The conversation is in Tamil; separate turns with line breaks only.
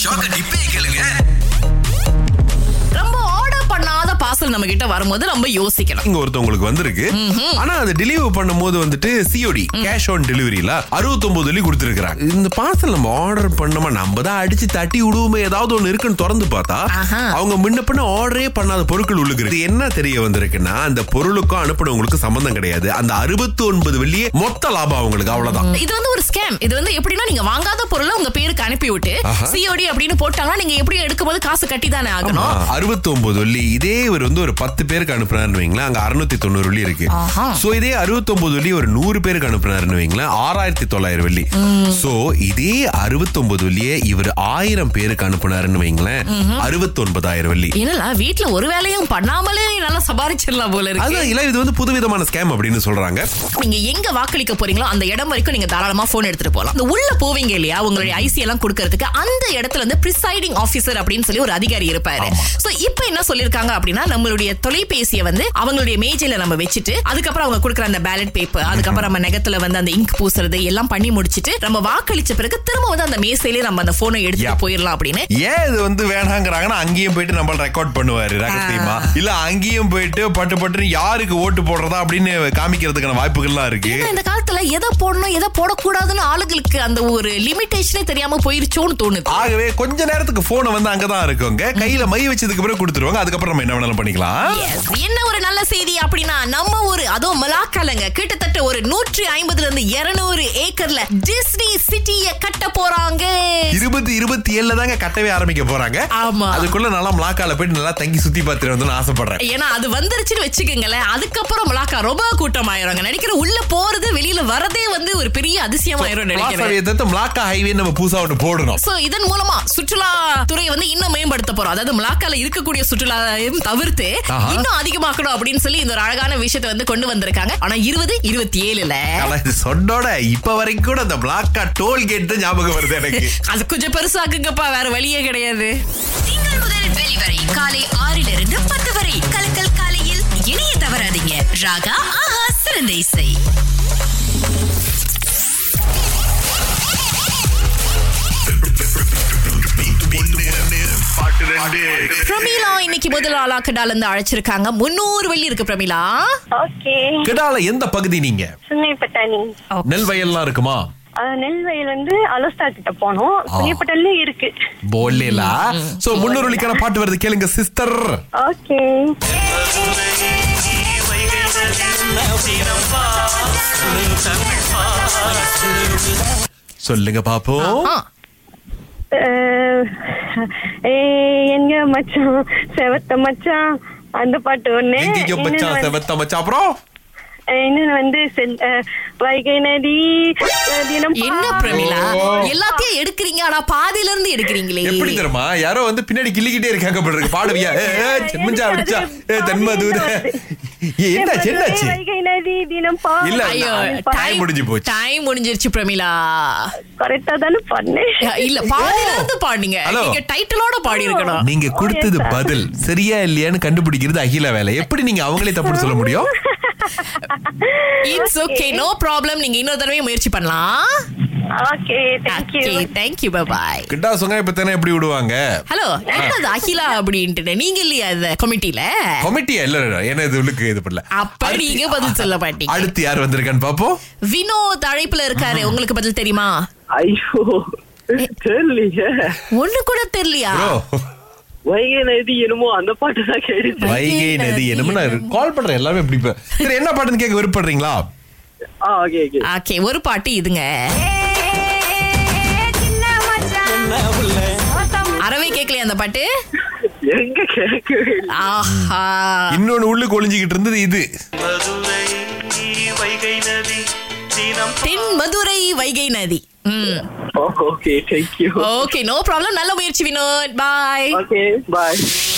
ஷாக்க டிப்பே கேளுங்க
ரொம்ப ஆர்டர் பண்ணாத பார்சல் நம்ம கிட்ட வரும்போது ரொம்ப யோசிக்கணும்
இங்க ஒருத்தவங்களுக்கு வந்திருக்கு ஆனா அது டெலிவர் பண்ணும்போது வந்துட்டு சிஓடி கேஷ் ஆன் டெலிவரில அறுபத்தொன்பது வெள்ளி கொடுத்துருக்காங்க இந்த பார்சல் நம்ம ஆர்டர் பண்ணோமா நம்ம தான் அடிச்சு தட்டி விடுவோமே ஏதாவது ஒண்ணு இருக்குன்னு திறந்து பார்த்தா
ஆஹா.
அவங்க முன்ன பின்ன ஆர்டரே பண்ணாத பொருட்கள் உள்ளுக்கு இது என்ன தெரிய வந்திருக்குன்னா அந்த பொருளுக்கும் அனுப்புனவங்களுக்கு சம்பந்தம் கிடையாது அந்த அறுபத்தி ஒன்பது வெள்ளியே மொத்த லாபம் அவங்களுக்கு அவ்வளவுதான்
இது வந்து ஒரு ஸ்கேம் இது வந்து எப்படின்னா நீங்க வாங்காத பொருளை உங்க பேருக்கு அனுப்பி விட்டு சிஓடி அப்படின்னு போட்டாங்கன்னா நீங்க எப்படி எடுக்கும்போது காசு கட்டி தானே ஆகணும்
அறுபத்தி ஒன்பது வெள்ளி இதே இவர் வந்து ஒரு பத்து பேருக்கு அனுப்புனாருன்னு வைங்களேன் அங்க அறுநூத்தி தொண்ணூறு வெள்ளி இருக்கு
ஆஹா.
சோ இதே அறுபத்தி ஒன்பது வெள்ளி ஒரு நூறு பேருக்கு அனுப்புனாருன்னு வைங்களேன் ஆறாயிரத்தி தொள்ளாயிரம் வெள்ளி சோ இதே அறுபத்தி ஒன்பது வெள்ளியே இவர் ஆயிரம் பேருக்கு அனுப்புனாருன்னு வைங்களேன் அறுபத்தி ஒன்பதாயிரம் வெள்ளி
என்னல வீட்ல ஒரு வேலையும் பண்ணாமலே நல்லா சம்பாரிச்சிடலாம் போல இருக்கு
அதான் இல்ல இது வந்து புதுவிதமான ஸ்கேம் அப்படின்னு சொல்றாங்க
நீங்க எங்க வாக்களிக்க போறீங்களோ அந்த இடம் வரைக்கும் நீங்க தாராளமா போன் எடுத்துட்டு போலாம் இந்த உள்ள போவீங்க இல்லையா உங்களுடைய ஐசி எல்லாம் கொடுக்கறதுக்கு அந்த இடத்துல இருந்து பிரிசைடிங் ஆபீசர் அப்படின்னு சொல்லி ஒரு அதிகாரி இருப்பாரு சோ இப்போ என்ன சொல்லிருக்காங்க அப்படின்னா நம்மளுடைய தொலைபேசியை வந்து அவங்களுடைய மேஜையில நம்ம வச்சுட்டு அதுக்கப்புறம் அவங்க கொடுக்குற அந்த பேலட் பேப்பர் அதுக்கப்புறம் நம்ம நெகத்துல வந்து அந்த இங்க் பூசுறது எல்லாம் பண்ணி முடிச்சிட்டு நம்ம வாக்களிச்ச பிறகு திரும்ப வந்து அந்த மேசையிலே நம்ம அந்த போனை எடுத்துட்டு
Yeah.
போயிடலாம் அப்படின்னு
ஏன் இது வந்து வேணாங்கிறாங்கன்னா அங்கேயும் போயிட்டு நம்ம ரெக்கார்ட் பண்ணுவாரு ரகசியமா இல்ல அங்கேயும் போயிட்டு பட்டு பட்டுன்னு யாருக்கு ஓட்டு போடுறதா அப்படின்னு காமிக்கிறதுக்கான வாய்ப்புகள்லாம் இருக்கு
ஏன்னா இந்த காலத்துல எதை போடணும் எதை போடக்கூடாதுன்னு ஆளுங்களுக்கு அந்த ஒரு லிமிட்டேஷனே தெரியாம போயிருச்சோன்னு தோணுது
ஆகவே கொஞ்ச நேரத்துக்கு போனை வந்து அங்கதான் இருக்குங்க கையில மை வச்சதுக்கு பிறகு கொடுத்துருவாங்க அதுக்கப்புறம் நம்ம என்ன வேணாலும் பண்ணிக்கலாம்
Yes. என்ன ஒரு நல்ல செய்தி அப்படின்னா நம்ம ஊரு அதுவும் மலாக்காலங்க கிட்டத்தட்ட ஒரு நூற்றி ஐம்பதுல இருந்து இருநூறு ஏக்கர்ல டிஸ்னி சிட்டிய கட்ட போறாங்க
இருபது இருபத்தி ஏழுல தாங்க கட்டவே ஆரம்பிக்க போறாங்க
ஆமா
அதுக்குள்ள நல்லா மலாக்கால போயிட்டு நல்லா தங்கி சுத்தி பார்த்துட்டு வந்து ஆசைப்படுறேன்
ஏன்னா அது வந்துருச்சுன்னு வச்சுக்கோங்களேன் அதுக்கப்புறம் மலாக்கா ரொம்ப கூட்டம் ஆயிரும் நினைக்கிறேன் உள்ள போறது வெளியில வரதே வந்து ஒரு பெரிய அதிசயமாயிரும் நினைக்கிறேன்
பிளாசாவையை தவிர்த்து மலாக்கா ஹைவே நம்ம புதுசா ஒன்று போடணும்
சோ இதன் மூலமா சுற்றுலா துறையை வந்து இன்னும் மேம்படுத்த போறோம் அதாவது மலாக்கால இருக்கக்கூடிய சுற்றுலாவையும் தவிர்த்து
ஆஹா.
இன்னும் அதிகமாக்கணும் அப்படின்னு சொல்லி இந்த ஒரு அழகான விஷயத்தை வந்து கொண்டு வந்திருக்காங்க ஆனா இருபது இருபத்தி ஏழுல
ஆனா இது சொன்னோட இப்ப வரைக்கும் கூட அந்த மலாக்கா டோல் கேட் தான் ஞாபகம் வருது எனக்கு
அது கொஞ்சம் பெருசாக்குங்கப்பா வேற வழியே கிடையாது
திங்கள் முதல் வெளிவரை காலை ஆறிலிருந்து பத்து வரை கலக்கல் காலையில் இணைய தவறாதீங்க ராகா ஆஹா சிறந்த இசை
பிரமிளா இன்னைக்கு முதல் ஆளா கடால இருந்து அழைச்சிருக்காங்க முன்னூறு வெள்ளி இருக்கு பிரமிளா
ஓகே
கிடால எந்த பகுதி நீங்க
சென்னை பட்டாணி
நெல் வயல்லாம் இருக்குமா
அஹ், நெல் வயல் வந்து அலோஸ்தா கிட்ட போனோம் புனியப்பட்டல்லே இருக்கு
போலேலா சோ முன்னூறுலிக்கான பாட்டு வருது கேளுங்க சிஸ்டர்
ஓகே
சொல்லுங்க பாப்போம்
ஆ,
அஹ், ஏ எங்க மச்சான் செவத்த மச்சான் அந்த பாட்டு ஒண்ணு
எங்கேயோ மச்சான்
இன்னொன்னு வந்து-
செவத்த மச்சான் அப்புறம்
அஹ், இன்னொன்னு வந்து செல்- அஹ், வைகை நதி தினம்
என்ன
பா-
பிரமிளா
ஓ.
எல்லாத்தையும் எடுக்கிறீங்க ஆனா பாதியில இருந்து எடுக்கிறீங்களே
எப்படி தெரியுமா யாரோ வந்து பின்னாடி கிள்ளிக்கிட்டே இருக்காங்க போல இருக்கு பாடுவியா ஏ, ஏ, செம்மஞ்சா அடிச்சா ஏ தென்மது என்ன என்னாச்சு
வைகை நதி தினம் பா
இல்ல,
ஐயோ
time முடிஞ்சு போச்சு.
டைம் முடிஞ்சிருச்சு பிரமிளா
கரெக்டா தானே பண்ணேன்
இல்ல பாதியில இருந்து பாடுங்க
Hello.
நீங்க டைட்டிலோட பாடி இருக்கணும்
நீங்க கொடுத்தது பதில் சரியா இல்லையான்னு கண்டுபிடிக்கிறது அகில வேலை எப்படி நீங்க அவங்களே தப்புன்னு சொல்ல முடியும்
இட்ஸ் ஓகே நோ ப்ராப்ளம் நீங்க இன்னொரு தடவை முயற்சி பண்ணலாம்
okay thank you
okay thank you bye
கிட்டா சொங்க இப்ப தானே எப்படி விடுவாங்க
ஹலோ என்னது அகிலா அப்படின்ட்டு நீங்க இல்லையா இந்த கமிட்டில
கொமிட்டியா இல்ல இல்ல, இல்ல, என்ன இது உள்ளுக்கு இது பண்ணல
அப்ப
அடுத்து-
நீங்க பதில் சொல்ல மாட்டீங்க
அடுத்து யார் வந்திருக்கான்னு பாப்போம்
வினோத் அழைப்புல இருக்காரு உங்களுக்கு பதில் தெரியுமா
ஐயோ தெரியலையே
ஒண்ணு கூட தெரியலையா
ப்ரோ
வைகை நதி என்னமோ அந்த பாட்டு தான் கேட்டுச்சு
வைகை நதி என்னமோ நான் கால் பண்றேன் எல்லாமே இப்படி இப்ப. சரி என்ன பாட்டுன்னு கேட்க விருப்பப்படுறீங்களா
ஆ ஓகே ஓகே
ஓகே ஒரு பாட்டு இதுங்க அறவே கேட்கலையா அந்த பாட்டு
எங்க கேட்கவே இல்லை
ஆஹா
இன்னொன்னு உள்ளுக்கு ஒளிஞ்சுக்கிட்டு இருந்தது இது
மதுரை வைகை நதி தினம்
தென் மதுரை வைகை நதி ம்
Oh,
okay thank you
okay no problem நல்ல முயற்சி வினோத் பாய்
ஓகே பாய்